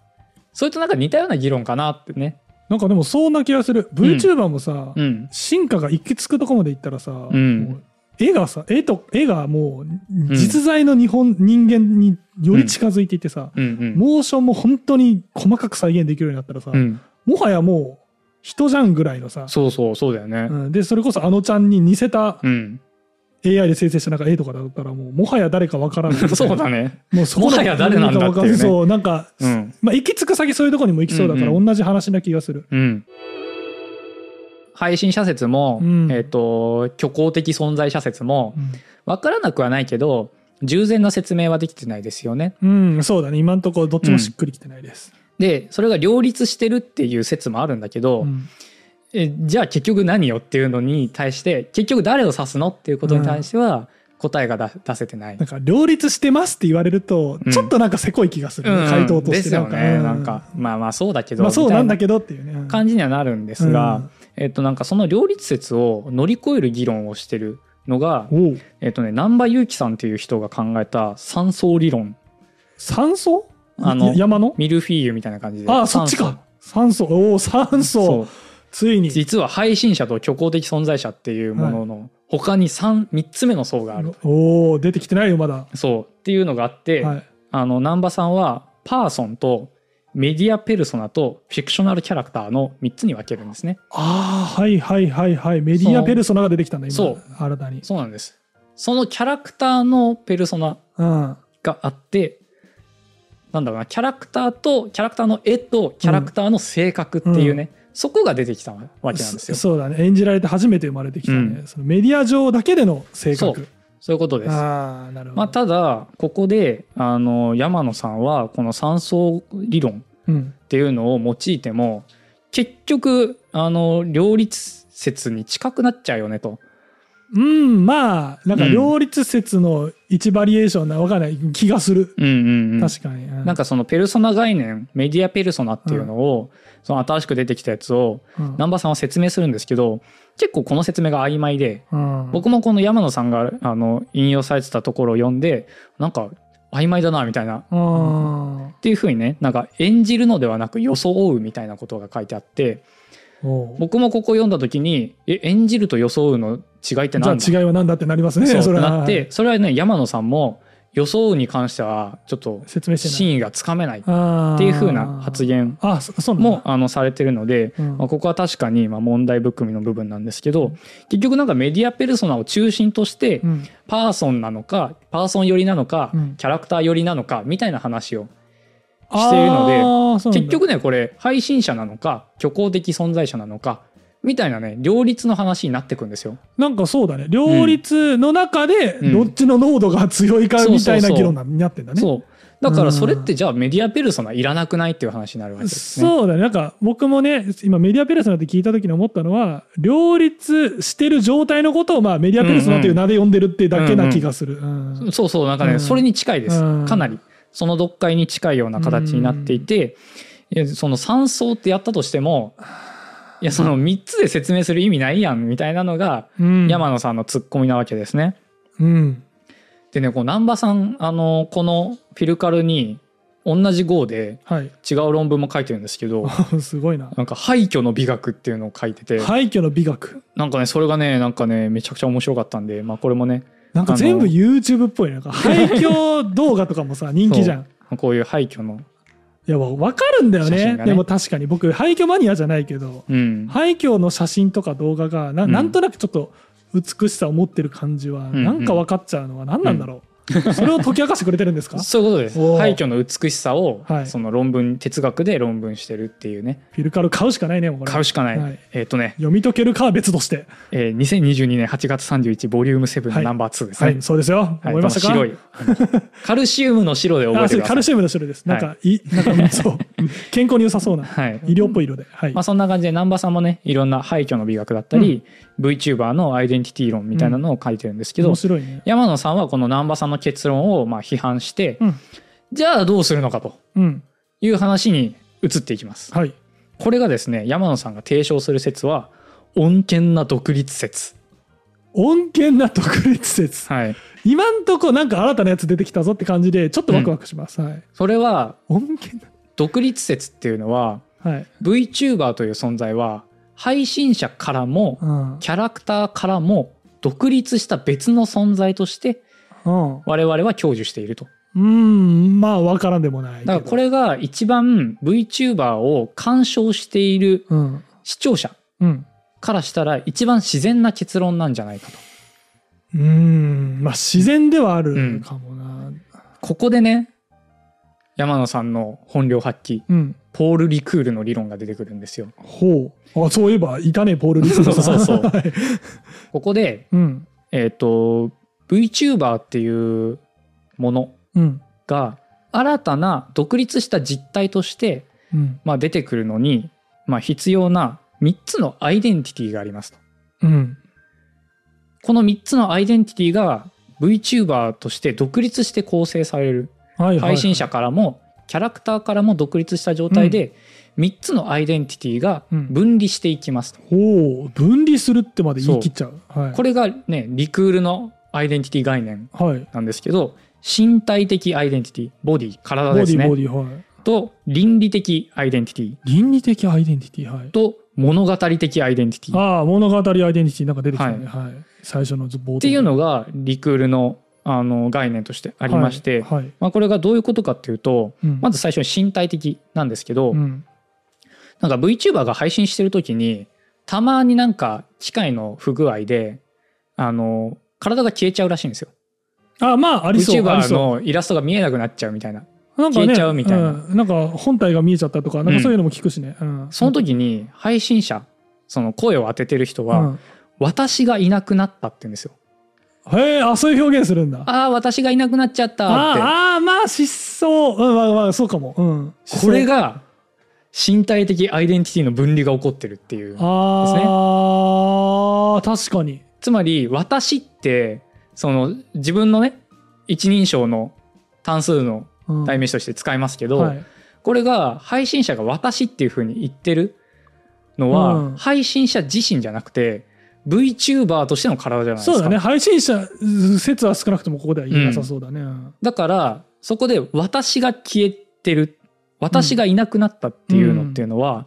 それとなんか似たような議論かなってねなんかでもそんな気がする VTuber もさ、うん進化が行き着くとこまでいったらさ、んもう絵がさ絵と絵がもうん実在の日本、人間により近づいていってさ、うんうんモーションも本当に細かく再現できるようになったらさ、うんもはやもう人じゃんぐらいのさ、そうそうそうだよねうんでそれこそあのちゃんに似せたうん、 AI で生成したなんか絵とかだったらもうもはや誰かわからない そうだねもうそこもはや誰なんだっていうね誰かわかんそうなんか、うんまあ、行き着く先そういうとこにも行きそうだからうんう同じ話な気がする、うん、配信者説も、うんえっと虚構的存在者説もうん分からなくはないけど従前な説明はできてないですよね。うん、そうだね今んとこどっちもしっくりきてないです、でそれが両立してるっていう説もあるんだけど、うんえじゃあ結局何よっていうのに対して結局誰を指すのっていうことに対しては答えがだ出せてない。なんか両立してますって言われるとうんちょっとなんかせこい気がする、うん回答とでしてすよねうんなんかまあまあそうだけど、まあそうなんだどけどっていうね、うん感じにはなるんですが、うんえっとなんかその両立説を乗り越える議論をしてるのがおうえっとね、南波祐希さんっていう人が考えた三層理論酸素あのや山のミルフィーユみたいな感じでああそ三っち層か酸素おお酸そ素うついに実は配信者と虚構的存在者っていうものの他に 3, 三つ目の層がある、おお出てきてないよまだ、そうっていうのがあって、はい、あの南波さんはパーソンとメディアペルソナとフィクショナルキャラクターの3つに分けるんですねああはいはいはいはいメディアペルソナが出てきたんだ今そう新たにそうなんですそのキャラクターのペルソナうんがあってなんだろうな、キャラクターと、キャラクターの絵と、キャラクターの性格っていうね、そこが出てきたわけなんですよ。そそうだね演じられて初めて生まれてきたね、うそのメディア上だけでの性そう格そういうことです。ああなるほど、まあ、ただ、ここで、あの、山野さんは、この三層理論うんっていうのを用いても、結局、あの、両立説に近くなっちゃうよねと。うん、まあなんかうん両立説の一バリエーションなわかんない気がする、うんうんうん。確かに、なんかそのペルソナ概念、メディアペルソナっていうのを、その新しく出てきたやつを、うん南波さんは説明するんですけど、結構この説明が曖昧で、うん僕もこの山野さんがあの引用されてたところを読んで、なんか曖昧だな、みたいな。っうんていうふうにね、なんか演じるのではなく装うみたいなことが書いてあって、おう僕もここ読んだ時に、え、演じると装うの違いってじゃ何だあ違いは何だってなりますねそうれはなって、それはね、山野さんも装うに関しては、ちょっと説明してない真意がつかめないっっていうふうな発言あそそうなんだもあのされてるので、うんまあ、ここは確かにまあ問題含みの部分なんですけど結局なんかメディアペルソナを中心としてうんパーソンなのかパーソン寄りなのか、うんキャラクター寄りなのかみたいな話をしているのであーそうなんだ結局ねこれ配信者なのか虚構的存在者なのかみたいなね両立の話になってくんですよ。なんかそうだね両立の中でうんどっちの濃度が強いかそうみそたういそうな議論になってんだね。そうだからそれってじゃあメディアペルソナいらなくないっていう話になるわけですね。そうだね。なんか僕もね、今メディアペルソナって聞いた時に思ったのは、両立してる状態のことをまあメディアペルソナという名で呼んでるってだけな気がする。うんそうそうなんかね、うんそれに近いですうんかなりその読解に近いような形になっていて、いやその3層ってやったとしてもいやその3つで説明する意味ないやんみたいなのがうん山野さんのツッコミなわけですね。うん。でねこう難波さんあのこのフィルカルに同じ号ではい。 違う論文も書いてるんですけどすごいな。なんか廃墟の美学っていうのを書いてて廃墟の美学。なんかねそれがねなんかねめちゃくちゃ面白かったんで、まあ、これもねなんか全部 YouTube っぽいね。なんか廃墟動画とか もさ、人気じゃん。こういう廃墟の、いや、わわかるんだよ写ね真がねでも確かに僕、廃墟マニアじゃないけど、うん、廃墟の写真とか動画がな、うんなんとなくちょっと美しさを持ってる感じは、んうんなんか分かっちゃうのは何なんだろう、それを解き明かしてくれてるんで すかそういうことですおー廃墟の美しさを、はいその論文哲学で論文してるっていうねフィルカル買うしかないねもうこれ買うしかない、はいえっ、とね、読み解けるかは別としてえー、2022年8月31ボリューム7はのいナンバー2ですはね、いそうですよ、はい思いましたかこの白いあ のカルシウムの白で覚えあてそうくだカさルいシウムの種類です、はいなんかいなんか そう健康に良さそうな、はい医療っぽい色ではい、まあ、そんな感じで南波さんもねいろんな廃墟の美学だったり、VTuber のアイデンティティ論みたいなのを書いてるんですけど、面白いね山野さんはこの南波さんの結論をまあ批判して、うんじゃあどうするのかとうんいう話に移っていきます。はいこれがですね山野さんが提唱する説は穏健な独立説穏健な独立説はい今んとこなんか新たなやつ出てきたぞって感じでちょっとワクワクします、はいそれは穏健独立説っていうのはなはい、 VTuber という存在は配信者からもうんキャラクターからも独立した別の存在としてうん、我々は享受しているとうーん、まあ、わからんでもないけど。だからこれが一番 VTuber を鑑賞しているうん。視聴者うん。からしたら一番自然な結論なんじゃないかとうーん、まあ、自然ではあるかもな。ここでね山野さんの本領発揮うん。ポール・リクールの理論が出てくるんですよ。ほう。あ、そういえば、いたね、ポール・リスそうそうそう はいここで、うん。えっと VTuber っていうものうん。が新たな独立した実態として、うん。まあ、出てくるのに、まあ、必要な3つのアイデンティティがありますと。うん。この3つのアイデンティティが VTuber として独立して構成されるはい、はい。配信者からもキャラクターからも独立した状態で3つのアイデンティティが分離していきますと。ほう。分離するってまで言い切っちゃう。はい。これがねリクールのアイデンティティ概念はい。なんですけど身体的アイデンティティボディ体ボデですィ、ねボディ、はい。と倫理的アイデンティティ倫理的アイデンティティ、はい。と物語的アイデンティティっああ、物語アイデンティティなんか出てきたね。はい。最初の冒頭。っていうのがリクールのあの概念としてあありまして、はい。はいまあ、これがどういうことかっていうとうんまず最初に身体的なんですけど、うん。なんか VTuber が配信してる時にたまになんか機械の不具合であの体が消えちゃうらしいんですよ。あ、まあ、ありそう。あ VTuber りそうのイラストが見えなくなっちゃうみたいな。なんかね消えちゃうみたいなうんなんか本体が見えちゃったとかなんかそういうのも聞くしね、うん、その時に配信者その声を当ててる人は、うん私がいなくなったって言うんですよへえあそういう表現するんだあああ私がいなくなっちゃったってああーまあ失踪、うん、まあまあそうかも、うん、これが身体的アイデンティティの分離が起こってるっていうああ、確かにつまり私ってその自分のね一人称の単数のうん代名詞として使いますけど、はいこれが配信者が私っていう風に言ってるのは、うん配信者自身じゃなくて VTuber としての体じゃないですかそうだね配信者説は少なくともここでは言えなさそうだね、うんだからそこで私が消えてる私がいなくなったっていうのっていうのは、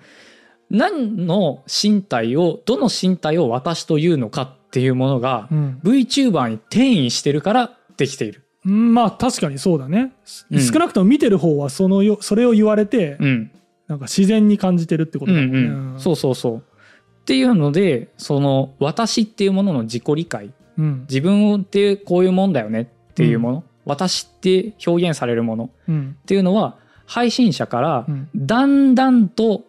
何の身体をどの身体を私というのかっていうものが、VTuber に転移してるからできている。うんまあ確かにそうだね、すうん少なくとも見てる方はそのよそれを言われて、うんなんか自然に感じてるってことだもんね、うんうん、そうそうそう。っていうのでその私っていうものの自己理解うん、自分ってこういうもんだよねっていうもの、私って表現されるものっうんていうのは配信者からうんだんだんと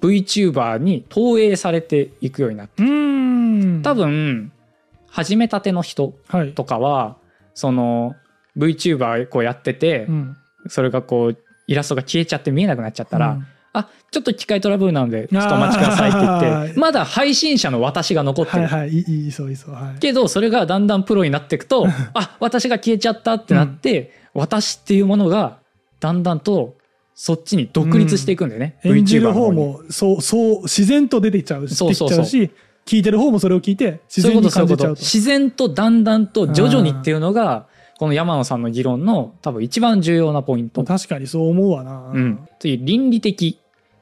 VTuber に投影されていくようになってうん多分始めたての人はいとかはその VTuber こうやってて、うんそれがこうイラストが消えちゃって見えなくなっちゃったら、うんあちょっと機械トラブルなのでちょっとお待ちくださいってあ言ってーまだ配信者の私が残ってる、はいはいいいいいそういいそうはいけどそれがだんだんプロになっていく とあ私が消えちゃったってなって、私っていうものがだんだんとそっちに独立していくんだよね、演じ VTuber るの方にもそうそう自然と出てきちゃうしそうそうそう出てきちゃうし聞いてる方もそれを聞いて自そういうことそう然にい感うこじちゃとうと自然とだんだんと徐々にっていうのがこの山野さんの議論の多分一番重要なポイント、確かにそう思うわな、うん、という倫理的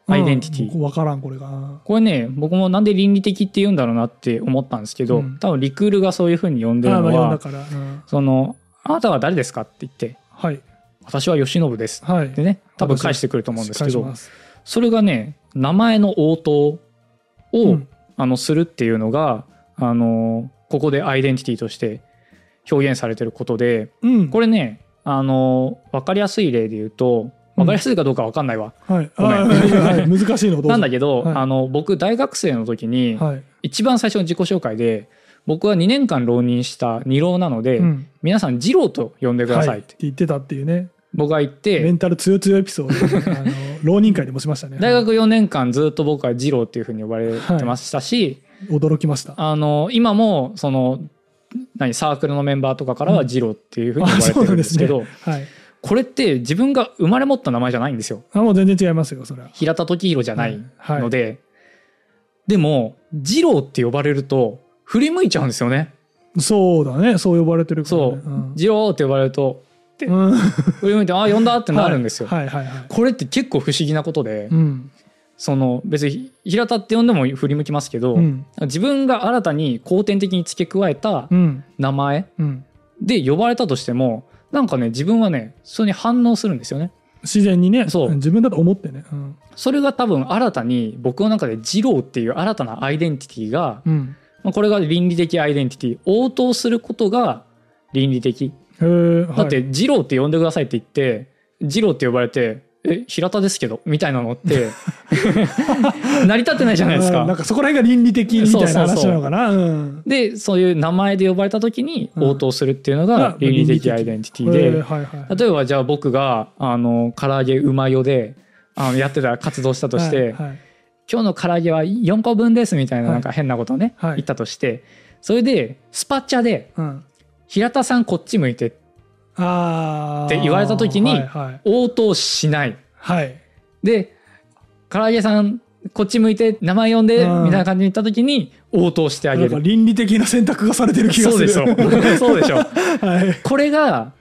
アイデンティティ、分からんこれがこれね僕もなんで倫理的って言うんだろうなって思ったんですけど、うん多分リクールがそういうふうに呼んでるあのまあ読んだはから、うんその「あなたは誰ですか?」って言ってはい「私は慶喜です」はいってね多分返してくると思うんですけ返しどますそれがね名前の応答を、うんあのするっていうのがあのここでアイデンティティとして表現されてることでうんこれねあの分かりやすい例で言うと分かりやすいかどうか分かんないわ、はいごめんあはい難しいのどうぞなんだけど、はいあの僕大学生の時に、はい一番最初の自己紹介で僕は2年間浪人した二浪なので、うん皆さん二郎と呼んでくださはいいっ、ってて言ってたっていうね僕が言っメてンタル強強エピソ ードねあの浪人会でもしましたね大学4年間ずっと僕は二郎っていうふうに呼ばれてましたし、驚きましたあの今もその何サークルのメンバーとかからは二郎っていうふうに呼ばれてるんですけど、はいこれって自分が生まれ持った名前じゃないんですよあもう全然違いますよそれは平田時宏じゃないはいので、でも二郎って呼ばれると振り向いちゃうんですよね。そうだねそう呼ばれてるからねそう、二郎って呼ばれるとうん うん振り向いて「あ呼んだ」ってなるんですよ。はいはいはいはいこれって結構不思議なことで、うんその別に平田って呼んでも振り向きますけど、うん自分が新たに後天的に付け加えたうん名前うんで呼ばれたとしてもなんかね自分はねそれに反応するんですよね。自然にねそう自分だと思ってねうんそれが多分新たに僕の中で「二郎」っていう新たなアイデンティティが、うんまあこれが倫理的アイデンティティ応答することが倫理的へえはいだって「二郎」って呼んでくださいって言って「二郎」って呼ばれて「え平田ですけど」みたいなのって 成り立ってないじゃないですうかん。なんかそこら辺が倫理的みたいなそうそうそ話うなのかなうんでそういう名前で呼ばれた時にうん応答するっていうのうがん倫理的アイデンティティへえではいはい例えばじゃあ僕があの唐揚げうまよであのやってた活動したとして、はいはい今日の唐揚げは4個分ですみたいなはいなんか変なことをね、はい言ったとしてそれでスパチャでうん平田さんこっち向いてってあーって言われた時にはいはい応答しないはいで唐揚げさんこっち向いて名前呼んでみうんたいな感じに言った時に応答してあなげんかる。倫理的な選択がされてる気がそうすでるしょ そうでしょはいこれが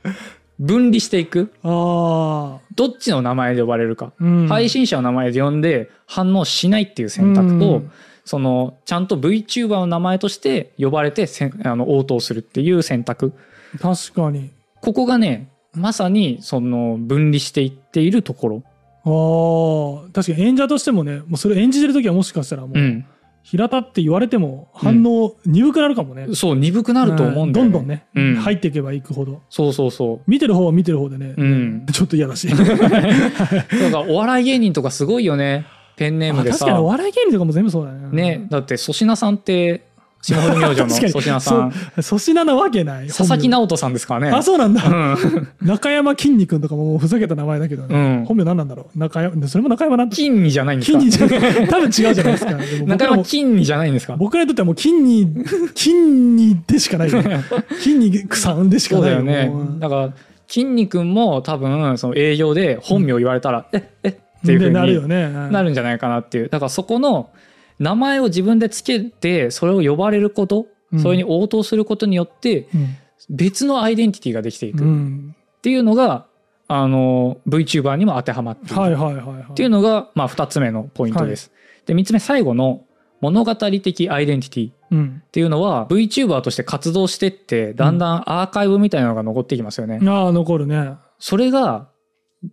分離していくああどっちの名前で呼ばれるか、うん配信者の名前で呼んで反応しないっていう選択と、うんそのちゃんと VTuber の名前として呼ばれてせんあの応答するっていう選択確かにここがねまさにその分離していっているところ、ああ確かに演者としてもねもうそれ演じてる時はもしかしたらもう、うん平田って言われても反応鈍くなるかもね、そう鈍くなると思うんだよ、ねどんどんね、うん入っていけばいくほどそうそうそ見てる方は見てる方でね、ううんちょっと嫌だしなんかお笑い芸人とかすごいよねペンネームあで確かにおさ笑い芸人とかも全部そうだねねだって粗品さんって霜降り明星の 確かに粗品さん粗品なわけない佐々木直人さんですからねあそうなんだうん中山きんに君とかももうふざけた名前だけどね、うん本名何なんだろう中山それも中山なんだ金にじゃないんです金かにじゃない多分違うじゃないですかでも 僕中ら山も金にじゃないんですか僕らにとってはもう金に 金にでしかないよね金にさんでしかそうないだよねもうだから筋肉も多分その営業で本名言われたら、ええっていうふうでにななるるよねるんじゃないかなっていうだからそこの名前を自分でつけてそれを呼ばれること、うんそれに応答することによってうん別のアイデンティティができていくうっんていうのが、あの VTuber にも当てはまっているはいはいはいはいっていうのが、まあ、2つ目のポイントです。で3つ目最後の物語的アイデンティティっうんていうのは VTuber として活動してってだんだんアーカイブみたいなのが残ってきますよね。ああ残るねそれが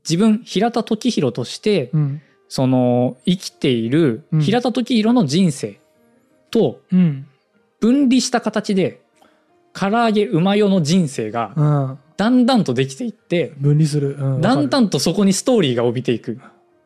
自分平田時宏としてうんその生きているうん平田時宏の人生とうん分離した形で唐揚げうまよの人生がうんだんだんとできていって分離するうんだんだわかるんとそこにストーリーが帯びていくっ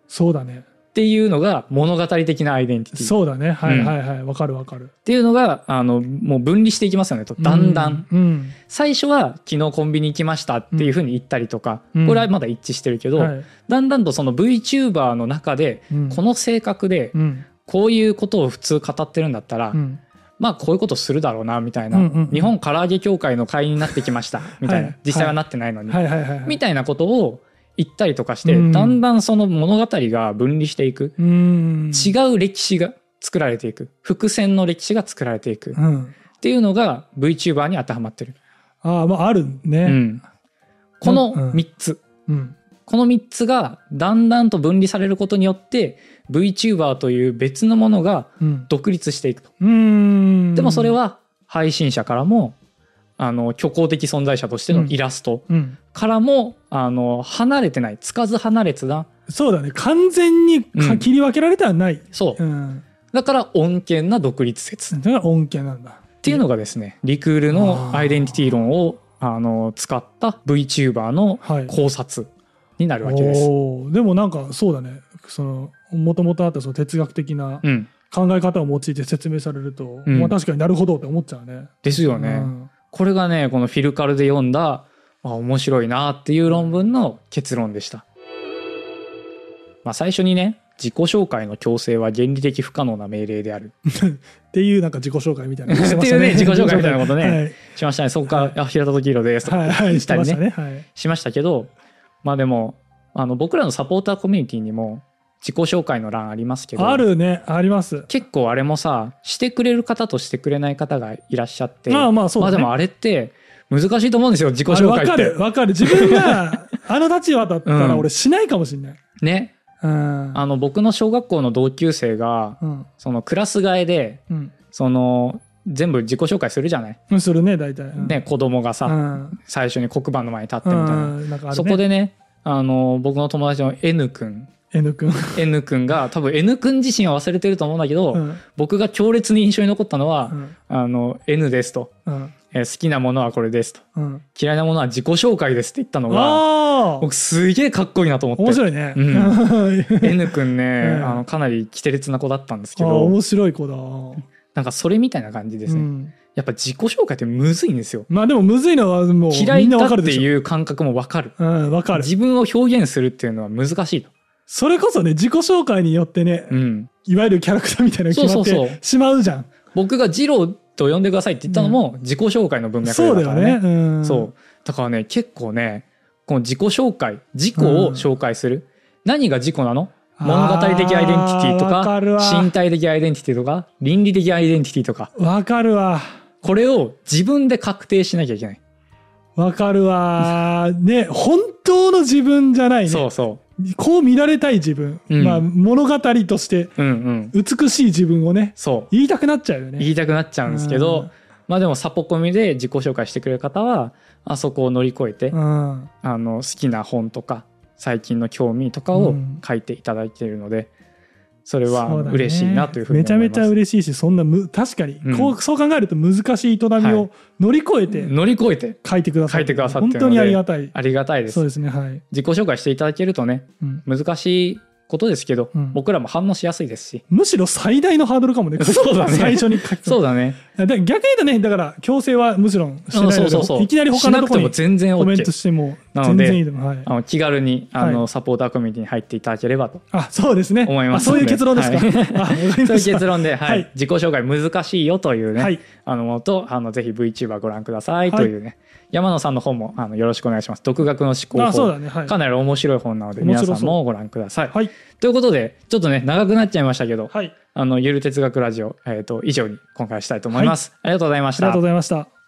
そうだねていうのが物語的なアイデンティティっそうだねはいうんはいはいわかるわかるていうのがあのもう分離していきますよねとだんだん、うん最初は昨日コンビニ行きましたっていうふうに言ったりとか、うんこれはまだ一致してるけうど、んはいだんだんとその VTuber の中でうんこの性格でうんこういうことを普通語ってるんだったら、うんまあこういうことするだろうなみたいな、うんうんうん日本唐揚げ協会の会員になってきましたみたいな、はい実際はなってないのに、はいはいはいはいみたいなことを言ったりとかして、うんだんだんその物語が分離していく、うん違う歴史が作られていく伏線の歴史が作られていく、っうんていうのが VTuber に当てはまってる、ああまああるうねん、この3つ、うんこの3つがだんだんと分離されることによって VTuber という別のものがうん独立していくと。うんでもそれは配信者からもあの虚構的存在者としてのイラストうんからも、あの離れてないつかず離れつだそうだね完全にうかん切り分けられてはないそううんだから穏健な独立説っだから恩恵なんだていうのがですねリクールのアイデンティティ論をあの使った VTuber のはい考察になるわけです。おーでもなんかそうだねそのもともとあったその哲学的なうん、考え方を用いて説明されると、うんまあ、確かになるほどって思っちゃうね。ですよね。うんこれがねこのフィルカルで読んだあ面白いなっていう論文の結論でした、まあ、最初にね自己紹介の強制は原理的不可能な命令であるっていうなんか自己紹介みたいな のっていうね自己紹介みたいなことねしましたねそこから「あ平田時宏です」とはい、はいはい、ししたてまりしたねね。はい、しましたけどまあでもあの僕らのサポーターコミュニティにも自己紹介の欄ありますけどあるねあります。結構あれもさしてくれる方としてくれない方がいらっしゃってまあまあそうまあだ、でね。もあれって難しいと思うんですよ自己あれ紹わ介かっるて。わかる自分 があの立場だったらうん俺しないかもしれない。ねうんあの僕の小学校の同級生がうんそのクラス替えでうんその全部自己紹介するじゃない、うんするね大体。うん、ね、子供がうさ、ん最初に黒板の前に立ってうみたいな、んなんかあるね。そこでねあの僕の友達の N 君 N 君、 N 君が多分 N 君自身は忘れてると思うんだけど、うん僕が強烈に印象に残ったのは「うんあの N です」と、うんえー好きなものはこれです」とうん、 「嫌いなものは自己紹介です」って言ったのがああ僕すげえかっこいいなと思って面白いね。うん N 君ね、うんあのかなり奇烈な子だったんですけあーど面白い子だ。なんかそれみたいな感じですね、うんやっぱ自己紹介ってむずいんですよまあでもむずいのはもう嫌みいんなだわっかるてでしょ。いう感覚もわかるうん、わかる。自分を表現するっていうのは難しいと、それこそね、自己紹介によってね、うん、いわゆるキャラクターみたいなのが決まっそうそうそうてしまうじゃん。僕が二郎と呼んでくださいって言ったのも自己紹介の文脈そうだだかよらねね。うん、そうだからね結構ねこの自己紹介自己を紹介する、何が自己なのあー物語的アイデンティティとかわかるわ身体的アイデンティティとか倫理的アイデンティティとかわかるわ。これを自分で確定しなきゃいけない、わかるわ。ね、本当の自分じゃないそね。うそこう見られたい自分。うんまあ、物語としてううんうん美しい自分をね、そう言いたくなっちゃうよね。言いたくなっちゃうんですけど、うんまあでもサポコミで自己紹介してくれる方はあそこを乗り越えて、うん。あの好きな本とか最近の興味とかをうん書いていただいているので、それはそうだね嬉しいなというふうにめ思ちいゃますめちゃ嬉しいしそんなむ確かに、うんこうそう考えると難しい営みはを乗り越えて乗り越えて書いてくださ書って,、いてくださってる本ので当にありがたいありがたいですそうですねはい、自己紹介していただけるとねうん難しいことですけど、うん僕らも反応しやすいですしむしろ最大のハードルかも ねそうだね最初に書くそうだねだから逆に言うとねだから強制はむしろしないあのでそうそうそういきなり他のとこしなろくにても全然コメント OK してもなの全で然いいでもはいあの気軽にあの、はサポーターコミュニティに入っていただければとあそうですね思いますあそういう結論ですか、はい あわかりましたそういう結論で、はいはい自己紹介難しいよというね、はいあのものとあのぜひ VTuber ご覧くださいはいというね、山野さんの本もあのよろしくお願いします独学の思考法あそうだねはいかなり面白い本なので面皆白そうさんもご覧ください、はいということでちょっとね長くなっちゃいましたけど、はいあのゆる哲学ラジオ、えー、と以上に今回はしたいと思います、ありがとうございましありがたとうございました